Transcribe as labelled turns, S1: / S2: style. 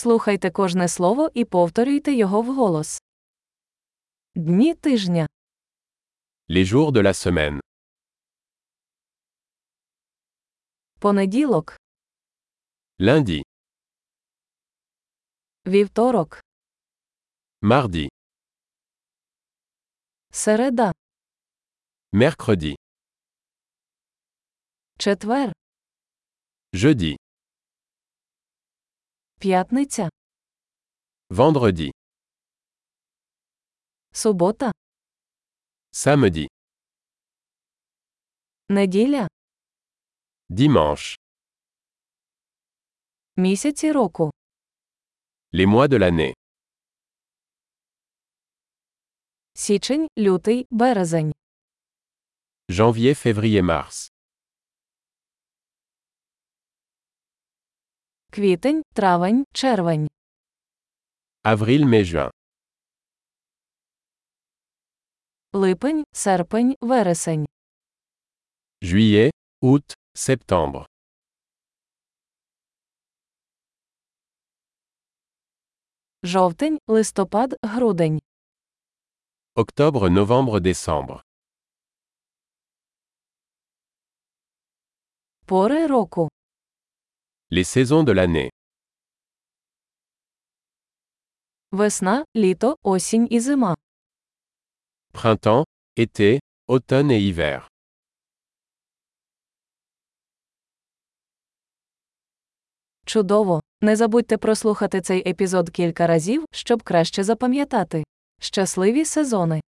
S1: Слухайте кожне слово і повторюйте його вголос. Дні тижня,
S2: Les jours de la semaine.
S1: понеділок,
S2: Lundi,
S1: вівторок,
S2: mardi,
S1: середа,
S2: mercredi,
S1: четвер,
S2: jeudi,
S1: п'ятниця,
S2: vendredi,
S1: субота,
S2: samedi,
S1: неділя,
S2: dimanche.
S1: місяці року,
S2: Les mois de l'année.
S1: січень, лютий, березень,
S2: Janvier, février, mars.
S1: квітень, травень, червень,
S2: Avril, mai, juin.
S1: липень, серпень, вересень,
S2: Juillet, août, septembre.
S1: жовтень, листопад, грудень,
S2: Octobre, novembre, décembre.
S1: пори року,
S2: Les saisons de l'année.
S1: весна, літо, осінь і зима,
S2: Printemps, été, automne et hiver.
S1: Чудово! Не забудьте прослухати цей епізод кілька разів, щоб краще запам'ятати. Щасливі сезони!